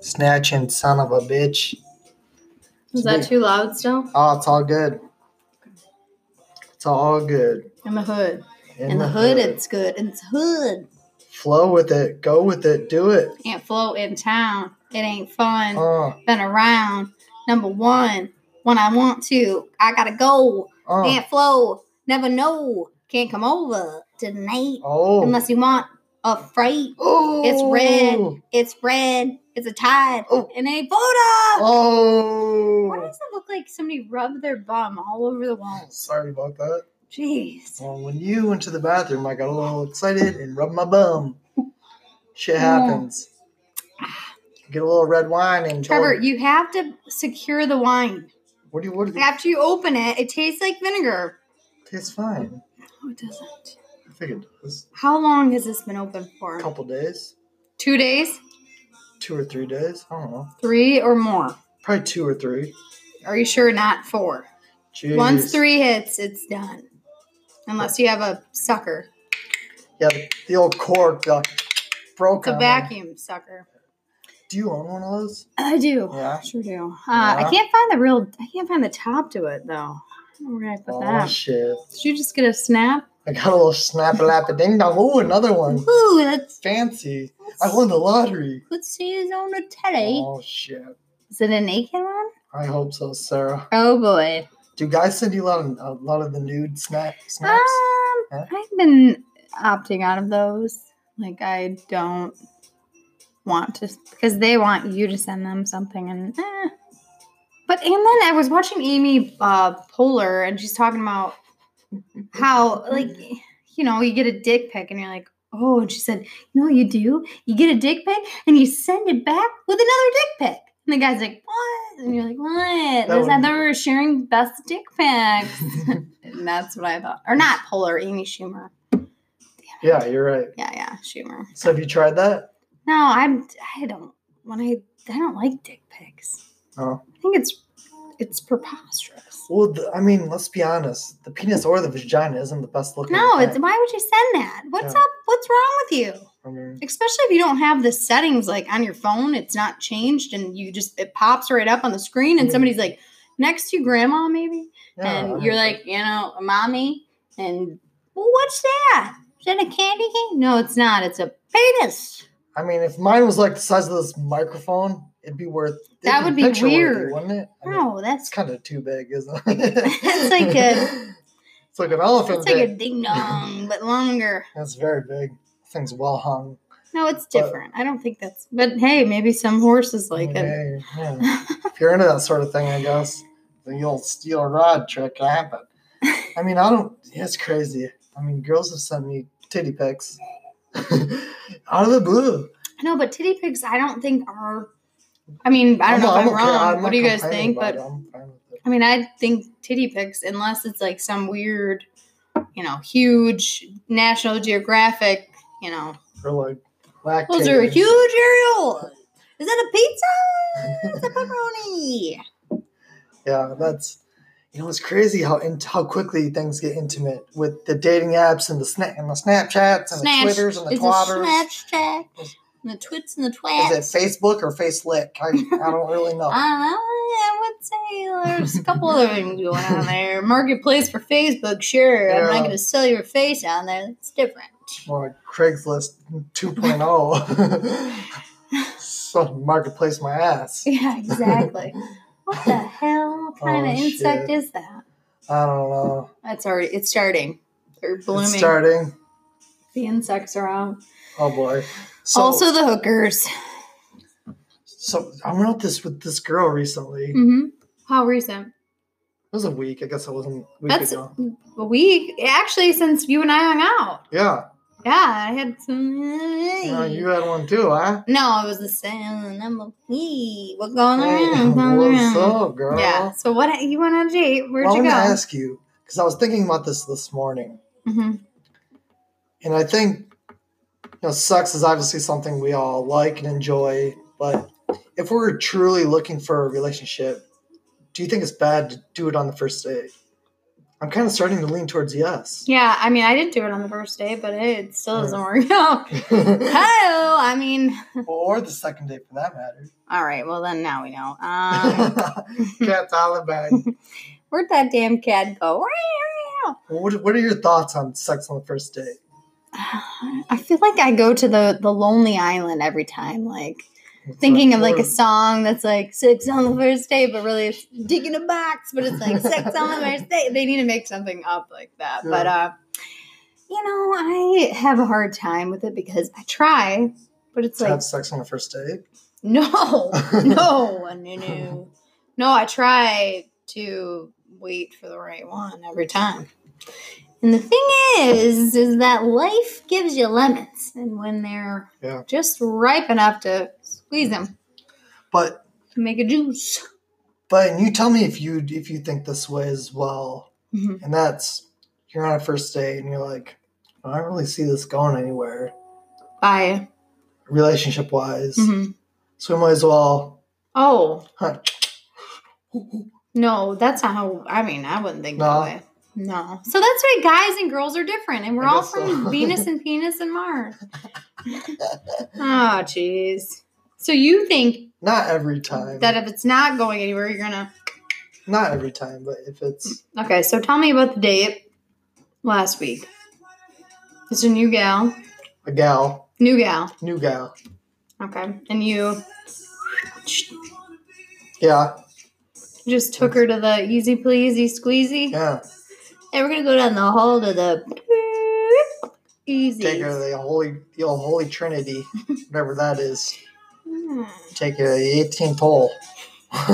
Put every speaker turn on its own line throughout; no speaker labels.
snatching son of a bitch.
Is that too loud still?
Oh, it's all good. It's all good.
In the hood.
In,
In, the, hood, it's good. In the hood.
Flow with it. Go with it. Do it.
Can't float in town. It ain't fun.
Uh,
Been around. Number one. When I want to, I gotta go.
uh.
Can't flow. Never know. Can't come over tonight
Oh.
unless you want a freight.
Oh.
It's red. It's red. It's a tide.
Oh.
And a
Oh.
photo. Why
Oh.
does it look like somebody rubbed their bum all over the walls?
Sorry about that.
Jeez.
Oh,
Well, when you went to the bathroom, I got a little excited and rubbed my bum.
Mm.
Shit happens. Get a little red wine and go-
Trevor, you have to secure the wine.
What do you? What do you?
After you open it, it tastes like vinegar.
Tastes fine.
No, it doesn't.
I think it does.
How long has this been open
A
for?
couple days,
Two days?
two or three days. I don't know.
Three or more?
Probably two or three.
Are you sure not four?
Jeez.
Once three hits, it's done. Unless you have a sucker.
Yeah, the, the old cork uh, broke.
It's a
on me.
vacuum sucker.
Do you own one of those?
I do.
Yeah.
Sure do. Uh,
Yeah.
I can't find the real. I can't find the top to it though. I don't know Where I put
Oh
that?
shit!
Did you just get a snap?
I got a little snap a lap a ding dong. Ooh, another one.
Ooh, that's.
Fancy. I won the lottery.
Let's see his on the telly.
Oh shit!
Is it a naked one?
I hope so, Sarah.
Oh boy.
Do guys send you a lot of a lot of the nude snap
Um,
snaps? Huh?
I've been opting out of those. Like I don't want to because they want you to send them something and. Eh. But and then I was watching Amy uh, Poehler and she's talking about how like you know you get a dick pic and you're like oh and she said no you do you get a dick pic and you send it back with another dick pic and the guy's like what and you're like what
That
there's
would-
other sharing best dick pics and that's what i thought or not polar amy schumer
yeah, you're right.
yeah yeah schumer
So have you tried that?
no i'm i don't when i i don't like dick pics
Oh.
i think it's it's preposterous
Well, the, I mean, let's be honest. The penis or the vagina isn't the best looking.
no
thing.
it's why would you send that what's
Yeah.
up what's wrong with you
I mean,
especially if you don't have the settings like on your phone it's not changed and you just it pops right up on the screen and
Mhm.
somebody's like next to grandma maybe
yeah, I
and
mean,
you're like you know mommy and well, what's that is that a candy cane no it's not it's a penis
I mean, if mine was like the size of this microphone, it'd be worth. it'd
That would be
picture-worthy,
weird.
wouldn't it? I mean,
no that's
it's kind of too big, isn't it? it's
like a-
It's like an elephant.
it's like a
dick.
ding dong but longer
That's very big. That thing's well hung.
no it's
But-
different i don't think that's but hey maybe some horses like it
Okay, yeah. if you're into that sort of thing, I guess the old steel rod trick happened. I mean, I don't. yeah, It's crazy. I mean, girls have sent me titty pics out of the blue.
no but titty pigs i don't think are i mean i don't know if i'm
okay-
wrong
I'm
what
not
do you guys
complaining
think
about
but
it. I'm fine with it.
I mean, I think titty pics, unless it's like some weird, you know, huge National Geographic, you know,
Or like lactating.
those are huge aerial. Is that a pizza? It's a pepperoni.
Yeah, that's you know it's crazy how in, how quickly things get intimate with the dating apps and the sna- and the Snapchats and
Snatch.
the Twitters and the
it's a
Twatters.
Snapchat.
Is-
And the twits and the
Is
twats.
it Facebook or Facelick? I, I don't really know.
Uh, Um, I would say there's a couple other things going on there. Marketplace for Facebook, sure. I'm
Yeah.
not going to sell your face on there. It's different.
More like Craigslist 2.0. so marketplace my ass.
Yeah, exactly. what the hell kind
Oh,
of insect
shit.
is that?
I don't know.
That's already it's starting. They're blooming.
It's starting.
the insects are out.
Oh boy. So,
also the hookers.
so I went out this with this girl recently. It
Mm-hmm. How recent?
was a week. I guess it wasn't a week
That's
ago.
a week. Actually, since you and I hung out.
Yeah.
Yeah, I had some.
Well, you had one too, huh?
no, it was the same. I'm a wee. What's going
Hey,
around? What's
what's
going around?
up, girl?
Yeah. So what? You went on a date? Where'd
Well,
you
I'm
go?
gonna ask you because I was thinking about this this morning,
hmm
and I think you know, sex is obviously something we all like and enjoy, but if we're truly looking for a relationship, do you think it's bad to do it on the first date? I'm kind of starting to lean towards yes.
Yeah, I mean, I didn't do it on the first day, but hey, it still doesn't work out.
well,
Oh, I mean,
or the second day for that matter.
all right. Well, then now we know. Um,
Cat's Taliban.
where'd that damn cat go?
What, what are your thoughts on sex on the first date?
I feel like I go to the the lonely island every time, like thinking of like a song that's like sex on the first day, but really it's dick in a box, but it's like sex on the first day. They need to make something up like that. But uh you know, I have a hard time with it because I try, but it's
to
like
have sex on the first date.
no, no, no, no. No, I try to wait for the right one every time. And the thing is, is that life gives you lemons, and when they're
Yeah.
just ripe enough to squeeze them,
But
to make a juice.
but and you tell me if you if you think this way as well.
Mhm.
And that's you're on a first date and you're like, I don't really see this going anywhere
Bye.
relationship wise.
Mhm.
So we might as well.
Oh
Huh,
no, that's not how. I mean, I wouldn't think
No.
that way. No. So that's why guys and girls are different, and we're
I
all
guess
from
so.
Venus and Venus and Mars. oh, jeez. So you think
not every time.
that if it's not going anywhere, you're gonna.
not every time, but if it's
Okay, so tell me about the date last week. It's a new gal.
a gal,
New gal.
new gal,
Okay, and you
yeah,
just took her to the easy pleasey squeezy.
yeah,
Hey, we're gonna go down the hall to the easy.
take her to the holy, the old holy trinity, whatever that is.
Hmm.
Take her to the eighteenth hole.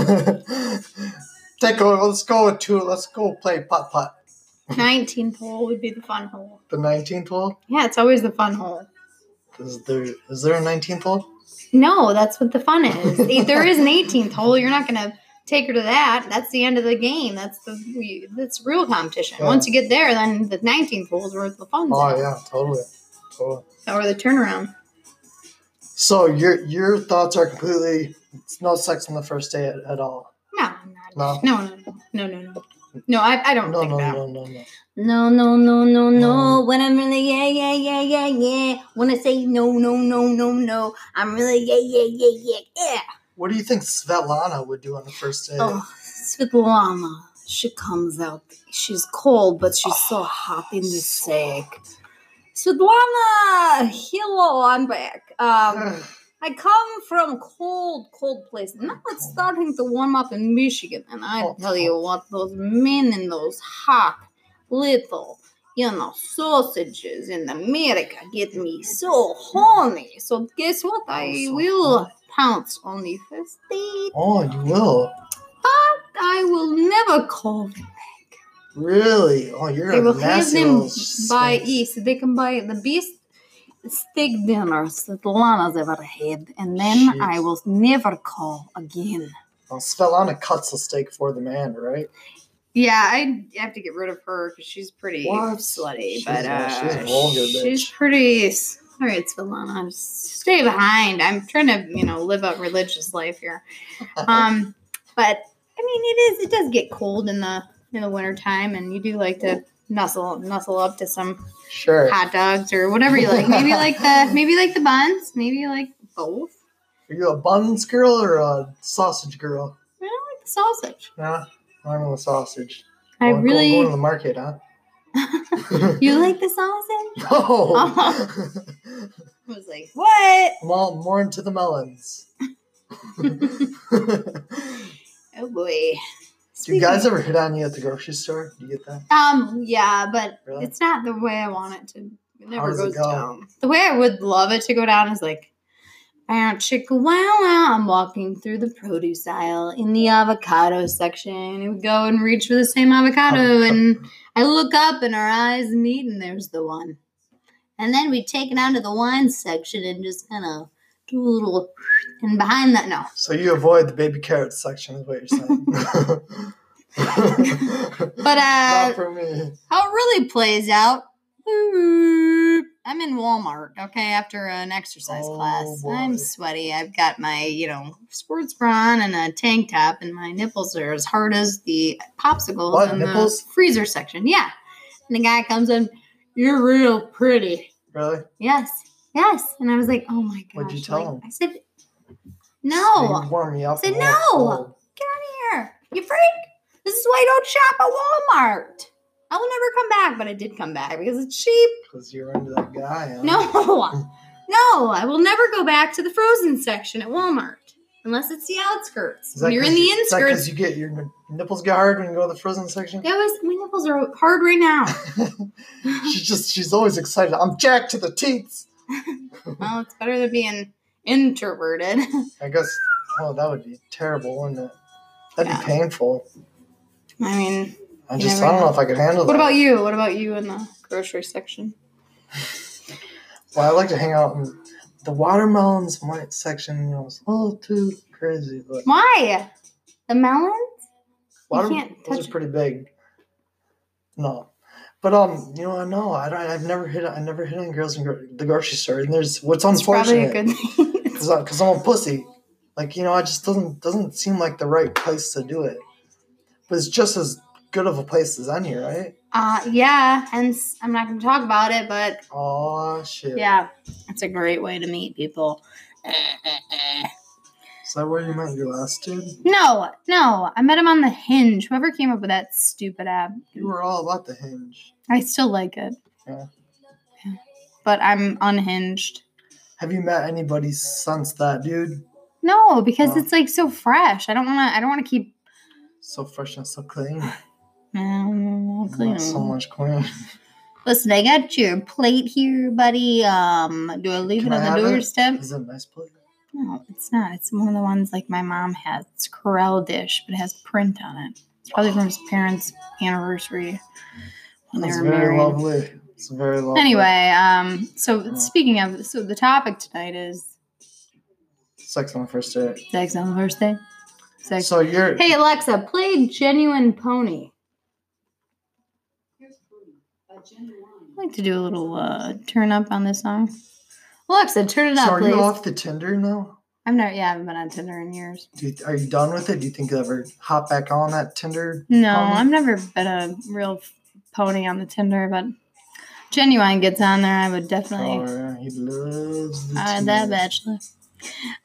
take her. Let's go to. Let's go play putt putt.
19th hole would be the fun hole.
The nineteenth hole.
Yeah, it's always the fun hole.
Is there is there a nineteenth hole?
No, that's what the fun is. If there is an 18th hole. You're not going to take her to that. That's the end of the game. That's the we- that's real competition.
Yeah.
Once you get there, then the 19th hole is where the fun's
Oh
at,
yeah, totally, totally.
or the turnaround.
So your your thoughts are completely. It's no sex on the first day at, at all.
No, I'm not.
No.
No, no, no, no, no, no. No, I, I don't
No,
think
no,
that.
no, no, Um, no.
No, no, no, no,
No.
no. When I'm really yeah, yeah, yeah, yeah, yeah. When I say no, no, no, no, no, I'm really yeah, yeah, yeah, yeah, yeah.
What do you think Svetlana would do on the first day?
Oh, Svetlana, she comes out. She's cold, but she's so hot in the sack.
Svetlana, hello, I'm back. Um,
Oh,
I come from cold, cold place. Now it's starting to warm up in Michigan, and I
Oh,
tell you what, those men in those hot little, you know, sausages in America get me so horny. So guess what? I
Oh, so
will pounce on the first date.
oh, you will
I will never call them.
really? Oh, you're
They
a
will have
nasty
them
little snake.
by E. east. They can buy the best steak dinners that Lana's ever had, and then
Jeez.
I will never call again.
Well, Oh, Svetlana cuts the steak for the man, right?
Yeah, I have to get rid of her because she's pretty
What?
slutty.
She's
but
a-
uh,
she's a vulgar bitch.
she's pretty. s- All right, Svetlana, just stay behind. I'm trying to, you know, live a religious life here. Um, but I mean, it is. It does get cold in the in the wintertime, and you do like to nuzzle nuzzle up to some
Sure.
hot dogs or whatever you like. Maybe you like the maybe you like the buns. Maybe you like both.
Are you a buns girl or a sausage girl?
I don't like the sausage.
Yeah, I'm a sausage.
I
Going- going- going to
really.
the market, huh?
You like the sausage?
no.
Oh. I was like, what?
I'm all more into the melons. Do
Oh boy.
you
Speaking-
guys ever hit on you at the grocery store? Do you get that?
Um, yeah, but
Really?
it's not the way I want it to. It never
does it
goes
go?
down. The way I would love it to go down is like, wow, chicka wow wow. I'm walking through the produce aisle in the avocado section, and we go and reach for the same avocado, and I look up, and our eyes meet, and there's the one.
And then we take it out to the wine section and just kind of do a little.
And behind that, no,
So you avoid the baby carrot section, is what you're saying.
but uh,
Not for me.
how it really plays out. boop. I'm in Walmart, okay, after an exercise
Oh,
class.
boy.
I'm sweaty. I've got my, you know, sports bra on and a tank top, and my nipples are as hard as the popsicles
What,
in
nipples?
the freezer section. Yeah. And the guy comes in, You're real pretty.
Really?
Yes. Yes. And I was like, Oh my gosh.
What'd you tell
like,
him?
I said, No.
You warm me up.
Said
and you're
no.
cold.
Get out of here. You freak. This is why you don't shop at Walmart. I will never come back, but I did come back because it's cheap.
Because you're into that guy. huh?
No. No, I will never go back to the frozen section at Walmart. Unless it's the outskirts.
Is that
When you're in
'cause
the
you- is that 'cause
inskirts.
you get your n- nipples get hard when you go to the frozen section.
That was my nipples are hard right now.
she's just she's always excited. I'm jacked to the teats.
well, it's better than being introverted.
I guess. Oh, that would be terrible, wouldn't it? That'd
Yeah.
be painful.
I mean,
I
You
just
never
I don't know
know.
if I could handle
what
that.
about you? What about you in the grocery section?
Well, I like to hang out in the watermelons white section. You know, it's a little too crazy, but
Why? The melons?
water-
can't
those
touch
are
it.
pretty big. No, but um, you know, I know I don't. I've never hit. I never hit on girls in gro- the grocery store, and there's what's
It's probably a
unfortunate
good thing.
because because I'm a pussy. Like you know, I just doesn't doesn't seem like the right place to do it. But it's just as good of a place as any, right?
Uh, yeah, hence I'm not going to talk about it, but
Oh shit!
yeah, it's a great way to meet people. Eh, eh, eh.
Is that where you met your last dude?
No, no, I met him on the hinge. Whoever came up with that stupid app,
You were all about the hinge.
I still like it.
Yeah.
Yeah. But I'm unhinged.
Have you met anybody since that dude?
No, because
Oh.
it's like so fresh. I don't want to. I don't want to keep.
So fresh and so clean.
Mm, clean.
Not so much clean.
Listen, I got your plate here, buddy. Um, do I leave
Can
it
I
on
have
the
it?
doorstep?
Is it a nice plate?
No, it's not. It's one of the ones like my mom has. It's Corel dish, but it has print on it. It's probably from his parents' anniversary when
It's
they were
very
married.
lovely. It's very lovely.
Anyway, um, so
Yeah.
speaking of, so the topic tonight is
sex on the first date.
sex on the first day. Sex.
So you're
hey Alexa, play Genuine Pony. I like to do a little uh, turn up on this song. Alexa, turn it
so
up,
are
please.
you off the Tinder now?
I've never, yeah, I haven't been on Tinder in years.
Do you, are you done with it? Do you think you'll ever hop back on that Tinder?
No,
pony?
I've never been a real f- pony on the Tinder, but genuine gets on there. I would definitely.
Oh, yeah, he loves the
Uh,
Tinder.
that bachelor.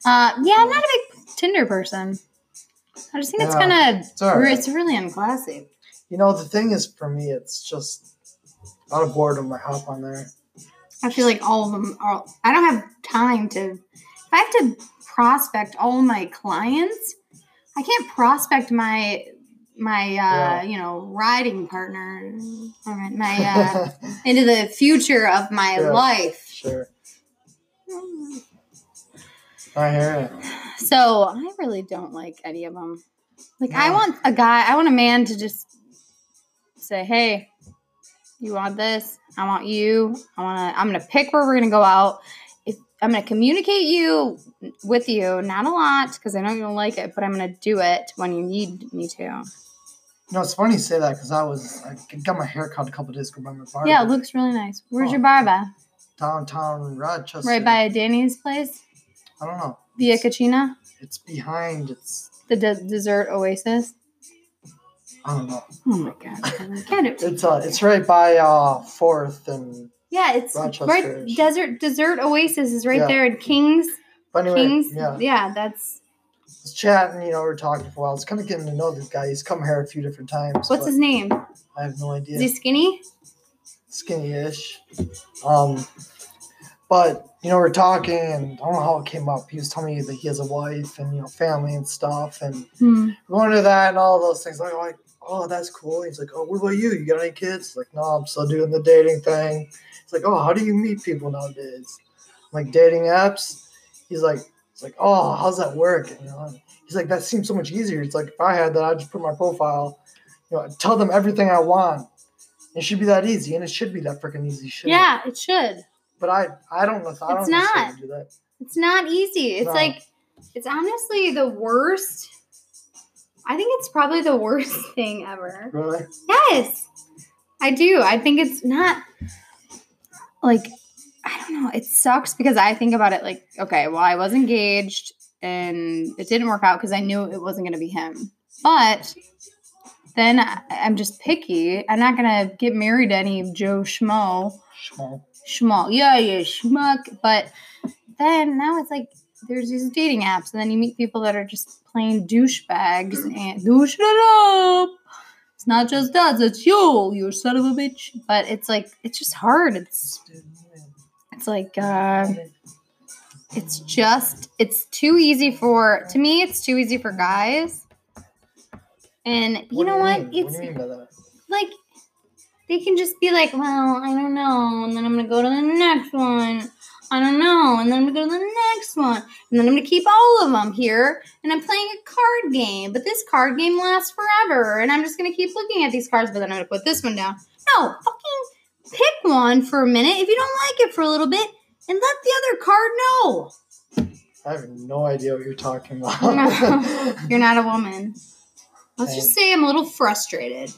Uh, yeah, I'm not a big Tinder person. I just think it's
Yeah,
kind of
It's all right.
it's really unclassy.
You know, the thing is, for me, it's just out of boredom. I hop on there.
I feel like all of them are. I don't have time to. If I have to prospect all my clients, I can't prospect my my uh,
Yeah.
you know riding partner, all right, my uh, into the future of my
Yeah.
life.
sure. I hear it.
So I really don't like any of them. Like I
No.
want a guy, I want a man to just say, "Hey, you want this? I want you. I want to. I'm gonna pick where we're gonna go out. If I'm gonna communicate you with you, not a lot because I know you don't like it, but I'm gonna do it when you need me to.
No, it's funny you say that because I was I got my hair cut a couple days ago by my barber.
Yeah, it looks really nice. Where's
Oh.
your barba?
downtown Rochester.
Right by Danny's place,
I don't know.
Via Cucina,
It's behind. It's
the de- dessert oasis.
I don't know.
Oh my god, I can't
It's uh, it's right by uh Fourth and.
Yeah, it's
Rochester-ish.
right. Desert Desert Oasis is right
Yeah.
there in Kings.
But anyway,
Kings.
yeah,
Yeah. that's
I was chatting. You know, we are talking for a while. It's kind of getting to know this guy. He's come here a few different times.
what's
but
his name?
I have no idea.
Is he skinny?
skinny-ish. Um, but you know, we're talking, and I don't know how it came up. He was telling me that he has a wife and you know, family and stuff, and
Hmm.
going to that and all those things. I'm like, oh, that's cool. He's like, oh, what about you? You got any kids? Like, no, I'm still doing the dating thing. It's like, oh, how do you meet people nowadays? I'm like dating apps. He's like, it's like, oh, how's that work? You know, and he's like, that seems so much easier. It's like if I had that, I'd just put my profile, you know, I'd tell them everything I want. It should be that easy, and it should be that freaking easy, shouldn't it?
Yeah, it should.
But I, I don't know. If, I
It's
don't necessarily
not.
do that.
It's not easy. It's
No.
like it's honestly the worst. I think it's probably the worst thing ever.
Really?
Yes, I do. I think it's not like don't know. It sucks because I think about it like, okay, well, I was engaged and it didn't work out because I knew it wasn't going to be him. But then I, I'm just picky. I'm not going to get married to any Joe Schmo.
Schmo.
Schmuck. Yeah, yeah, schmuck. But then now it's like there's these dating apps, and then you meet people that are just plain douchebags and douche it up. It's not just us, it's you, you son of a bitch. But it's like it's just hard. It's it's like uh it's just it's too easy for to me it's too easy for guys. And you know what?
Mean?
It's
what do you mean by that?
like they can just be like, well, I don't know, and then I'm gonna go to the next one. I don't know, and then I'm gonna go to the next one, and then I'm gonna keep all of them here, and I'm playing a card game, but this card game lasts forever, and I'm just gonna keep looking at these cards, but then I'm gonna put this one down. No, fucking pick one for a minute if you don't like it for a little bit, and let the other card know.
I have no idea what you're talking about.
No. You're not a woman. Let's
Thanks.
just say I'm a little frustrated.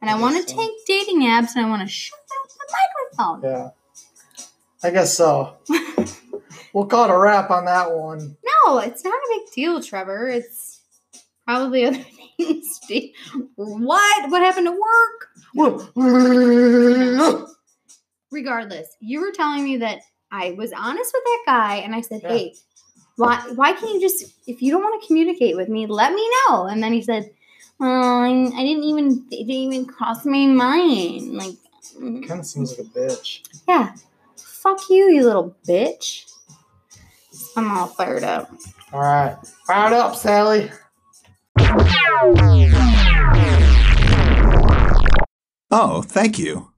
And I,
I
want to
guess so.
take dating apps and I want to shut off the microphone.
yeah. I guess so. we'll call it a wrap on that one.
No, it's not a big deal, Trevor. It's probably other things. Steve. what? What happened to work? Regardless, you were telling me that I was honest with that guy and I said,
Yeah.
hey, why, why can't you just, if you don't want to communicate with me, let me know. And then he said, well, I, I didn't even, it didn't even cross my mind. Like, mm.
kind of seems like a bitch.
Yeah. Fuck you, you little bitch. I'm all fired up.
All right. Fired up, Sally.
Oh, thank you.